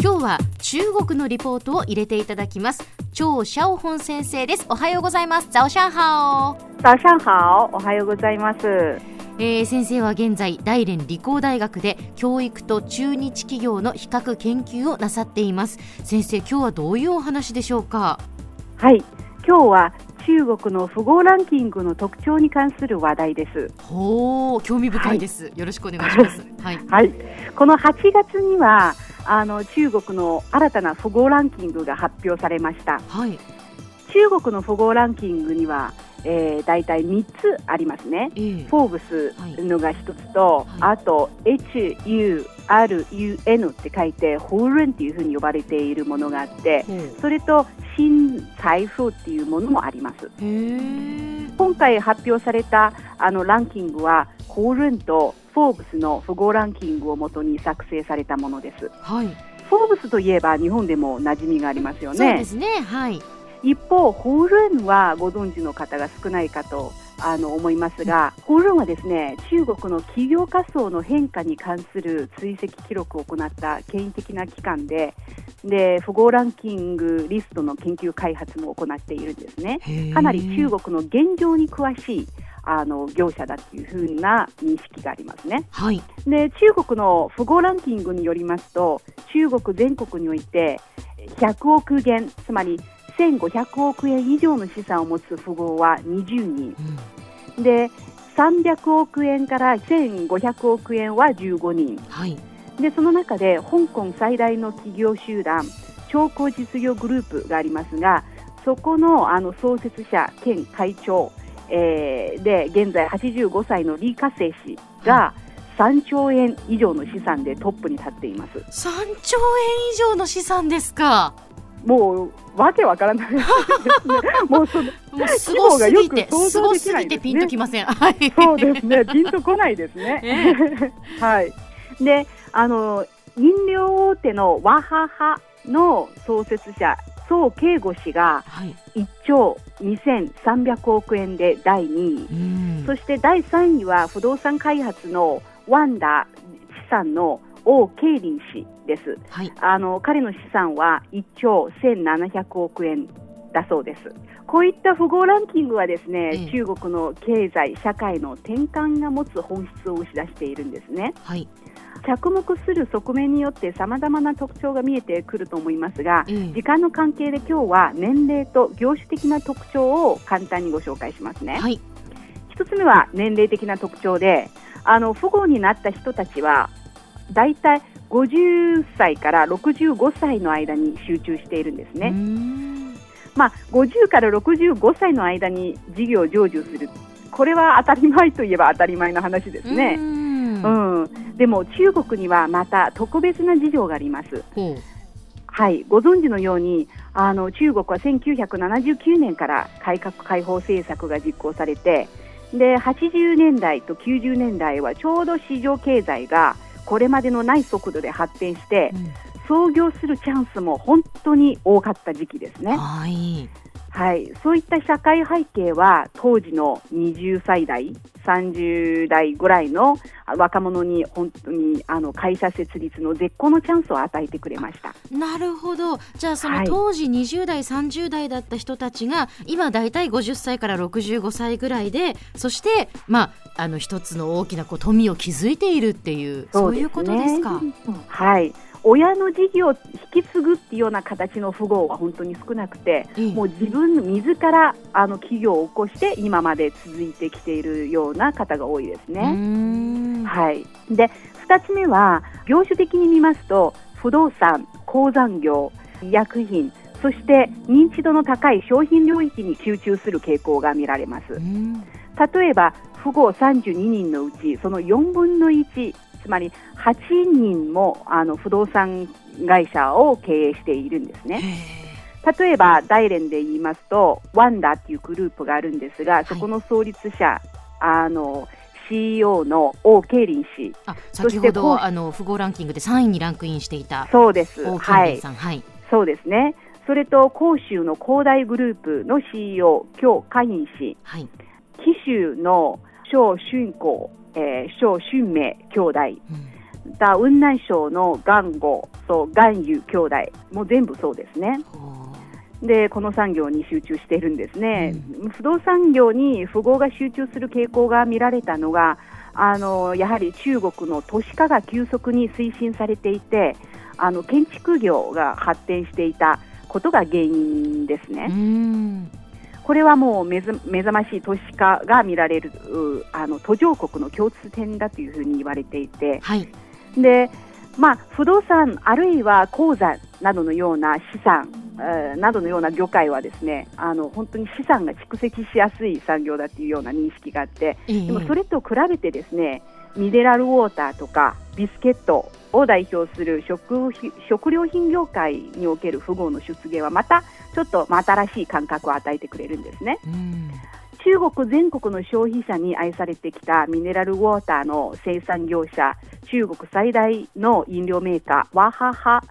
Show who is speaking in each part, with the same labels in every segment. Speaker 1: 今日は中国のリポートを入れていただきます張シャオホン先生ですおはようございますザオシャンハオ、
Speaker 2: 早上好、おはようございます。
Speaker 1: えー先生は現在大連理工大学で教育と中日企業の比較研究をなさっています先生今日はどういうお話でしょうか
Speaker 2: はい、今日は中国の富豪ランキングの特徴に関する話題です。
Speaker 1: ほう興味深いです、よろしくお願いしますはい
Speaker 2: はい、この8月にはあの中国の新たな富豪ランキングが発表されました。
Speaker 1: はい
Speaker 2: 中国の富豪ランキングには、えー、大体3つありますね。
Speaker 1: えー
Speaker 2: フォーブスのが一つと、
Speaker 1: はい
Speaker 2: あと HURUN って書いてホールンっていうふうに呼ばれているものがあって
Speaker 1: ほう
Speaker 2: それと新財富っていうものもあります
Speaker 1: へー
Speaker 2: 今回発表されたあのランキングはホールンとフォーブスの富豪ランキングをもとに作成されたものです
Speaker 1: はい、
Speaker 2: フォーブスといえば日本でも馴染みがありますよ
Speaker 1: そうで
Speaker 2: ね
Speaker 1: すねはい
Speaker 2: 一方ホールンはご存知の方が少ないかとあの思いますが、ホールンはですね中国の企業価層の変化に関する追跡記録を行った権威的な機関でで富豪ランキングリストの研究開発も行っているんですね。かなり
Speaker 1: 国
Speaker 2: 中国の現状に詳しいあの業者だっていうふうな認識がありますね。
Speaker 1: はい
Speaker 2: で中国の富豪ランキングによりますと中国全国において100億元つまり1500億円以上の資産を持つ富豪は20
Speaker 1: うん
Speaker 2: 人で300億円から1500億円は15人
Speaker 1: はい
Speaker 2: でその中で香港最大の企業集団商工実業グループがありますがそこのあの創設者兼会長、えーで現在85歳の李嘉誠氏が3兆円以上の資産でトップに立っています
Speaker 1: 3兆円以上の資産ですか
Speaker 2: もうわけわからないですねもうそ
Speaker 1: もうすごすぎて
Speaker 2: 規模がよく想
Speaker 1: すご
Speaker 2: 像でき
Speaker 1: す
Speaker 2: な
Speaker 1: ぎて
Speaker 2: いですね
Speaker 1: ピンときま せんはい
Speaker 2: そうですねピンとこないですね
Speaker 1: え
Speaker 2: はいであの飲料大手のワハハの創設者宋慶吾氏が
Speaker 1: はい
Speaker 2: 1兆2300億円で第2位、
Speaker 1: うん
Speaker 2: そして第3位は不動産開発のワンダ資産の王慶林氏です
Speaker 1: はい
Speaker 2: あの彼の資産は1兆1700億円だそうですこういった富豪ランキングはですね、
Speaker 1: ええ
Speaker 2: 中国の経済社会の転換が持つ本質を打ち出しているんですね
Speaker 1: はい
Speaker 2: 着目する側面によってさまざまな特徴が見えてくると思いますが
Speaker 1: ええ
Speaker 2: 時間の関係で今日は年齢と業種的な特徴を簡単にご紹介しますね。
Speaker 1: はい
Speaker 2: 一つ目は年齢的な特徴で、あの富豪になった人たちはだいたい50歳から65歳の間に集中しているんです
Speaker 1: う
Speaker 2: ね。
Speaker 1: ん
Speaker 2: まあ50から65歳の間に事業を成就する、これは当たり前といえば当たり前の話です
Speaker 1: う
Speaker 2: ね。
Speaker 1: ん
Speaker 2: うん、でも中国にはまた特別な事情があります。
Speaker 1: ほう
Speaker 2: はい、ご存知のようにあの中国は1979年から改革開放政策が実行されてで80年代と90年代はちょうど市場経済がこれまでのない速度で発展して
Speaker 1: うん
Speaker 2: 創業するチャンスも本当に多かった時期ですね、
Speaker 1: はい
Speaker 2: はい、そういった社会背景は当時の20歳代30代ぐらいのあ若者に本当にあの会社設立の絶好のチャンスを与えてくれました。
Speaker 1: なるほどじゃあそ
Speaker 2: は
Speaker 1: の
Speaker 2: い
Speaker 1: 当時20代30代だった人たちが今だいたい50歳から65歳ぐらいでそしてまああの一つの大きなこう富を築いているっていうそういうことですか。
Speaker 2: はい。親の事業を引き継ぐっていうような形の富豪は本当に少なくて、
Speaker 1: ええ
Speaker 2: もう自分自らあの企業を起こして今まで続いてきているような方が多いです
Speaker 1: うー
Speaker 2: ね。
Speaker 1: ん
Speaker 2: はい。で、二つ目は業種的に見ますと不動産、鉱山業、医薬品、そして認知度の高い商品領域に集中する傾向が見られます
Speaker 1: う。ん
Speaker 2: 例えば富豪32人のうちその4分の1つまり8人もあの不動産会社を経営しているんですね
Speaker 1: へ
Speaker 2: 例えば大連で言いますとワンダーっていうグループがあるんですがそこの創立者、あの CEO の王慶林氏
Speaker 1: ーあ
Speaker 2: そして
Speaker 1: 先ほ
Speaker 2: こう
Speaker 1: どあの富豪ランキングで3位にランクインしていた
Speaker 2: そうです
Speaker 1: 王健
Speaker 2: は
Speaker 1: 林
Speaker 2: い
Speaker 1: さんはい、
Speaker 2: そうですねそれと広州の恒大グループの CEO 姜佳印氏
Speaker 1: はい
Speaker 2: 紀州の張春光、えー、張春明兄弟
Speaker 1: うん
Speaker 2: た雲南省の元号そう元友兄弟も全部そうですね。でこの産業に集中しているんですね、うん、不動産業に富豪が集中する傾向が見られたのがあのやはり中国の都市化が急速に推進されていてあの建築業が発展していたことが原因ですね。うん、これはもう目覚ましい都市化が見られるあの途上国の共通点だというふうに言われていて、はい、でまあ、不動産あるいは鉱山などのような資産などのような業界はですねあの本当に資産が蓄積しやすい産業だというような認識があって、でもそれと比べてですねミネラルウォーターとかビスケットを代表する食食料品業界における富豪の出現はまたちょっと新しい感覚を与えてくれるんですね。中国全国の消費者に愛されてきたミネラルウォーターの生産業者中国最大の飲料メーカーワハハ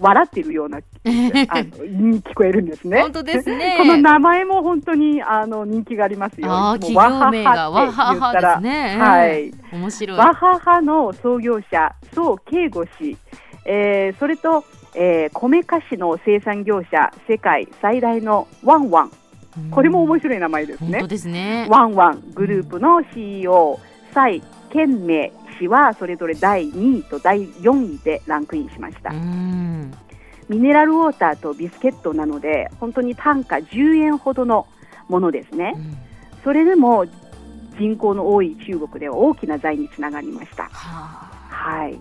Speaker 2: 笑ってるよう なあのに聞こえるんですね。
Speaker 1: 本当ですね。
Speaker 2: この名前も本当にあの人気がありますよ。
Speaker 1: ああ、企業名がワハハですね。
Speaker 2: はい。
Speaker 1: 面白い。
Speaker 2: ワハハの創業者、宋慶吾氏、えー、それと、えー、米菓子の生産業者、世界最大のワンワン。これも面白い名前ですね。
Speaker 1: 本当ですね。
Speaker 2: ワンワングループの CEO、蔡健明氏はそれぞれ第2位と第4位でランクインしました。ミネラルウォーターとビスケットなので本当に単価10円ほどのものですね、うん、それでも人口の多い中国では大きな財につながりました。は、はい、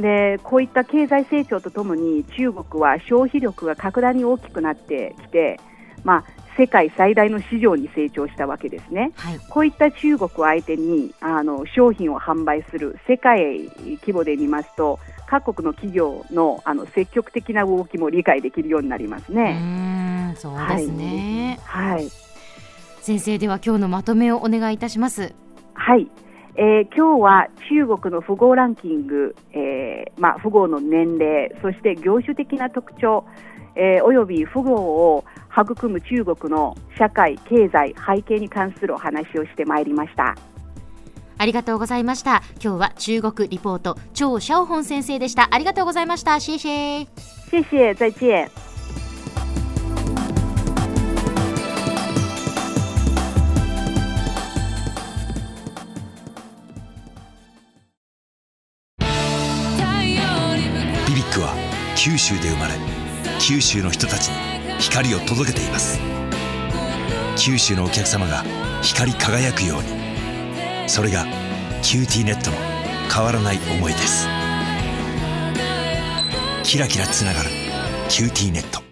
Speaker 2: でこういった経済成長とともに中国は消費力が格段に大きくなってきて、まあ、世界最大の市場に成長したわけですね、はい、こういった中国を相手にあの商品を販売する世界規模で見ますと各国の企業のあの積極的な動きも理解できるようになります
Speaker 1: ね。うそうですね、
Speaker 2: はい、はい、
Speaker 1: 先生では今日のまとめをお願いいたします。
Speaker 2: はい、えー、今日は中国の富豪ランキング、えー、まあ富豪の年齢、そして業種的な特徴、えー、および富豪を育む中国の社会経済背景に関するお話をしてまいりました。
Speaker 1: ありがとうございました。今日は中国リポート、張シャオホン先生でした。ありがとうございました。シェシェ。
Speaker 2: シェシェ、再见。
Speaker 3: ビビックは九州で生まれ、九州の人たちに光を届けています。九州のお客様が光り輝くように。それがキューティーネットの変わらない思いですキラキラつながるキューティーネット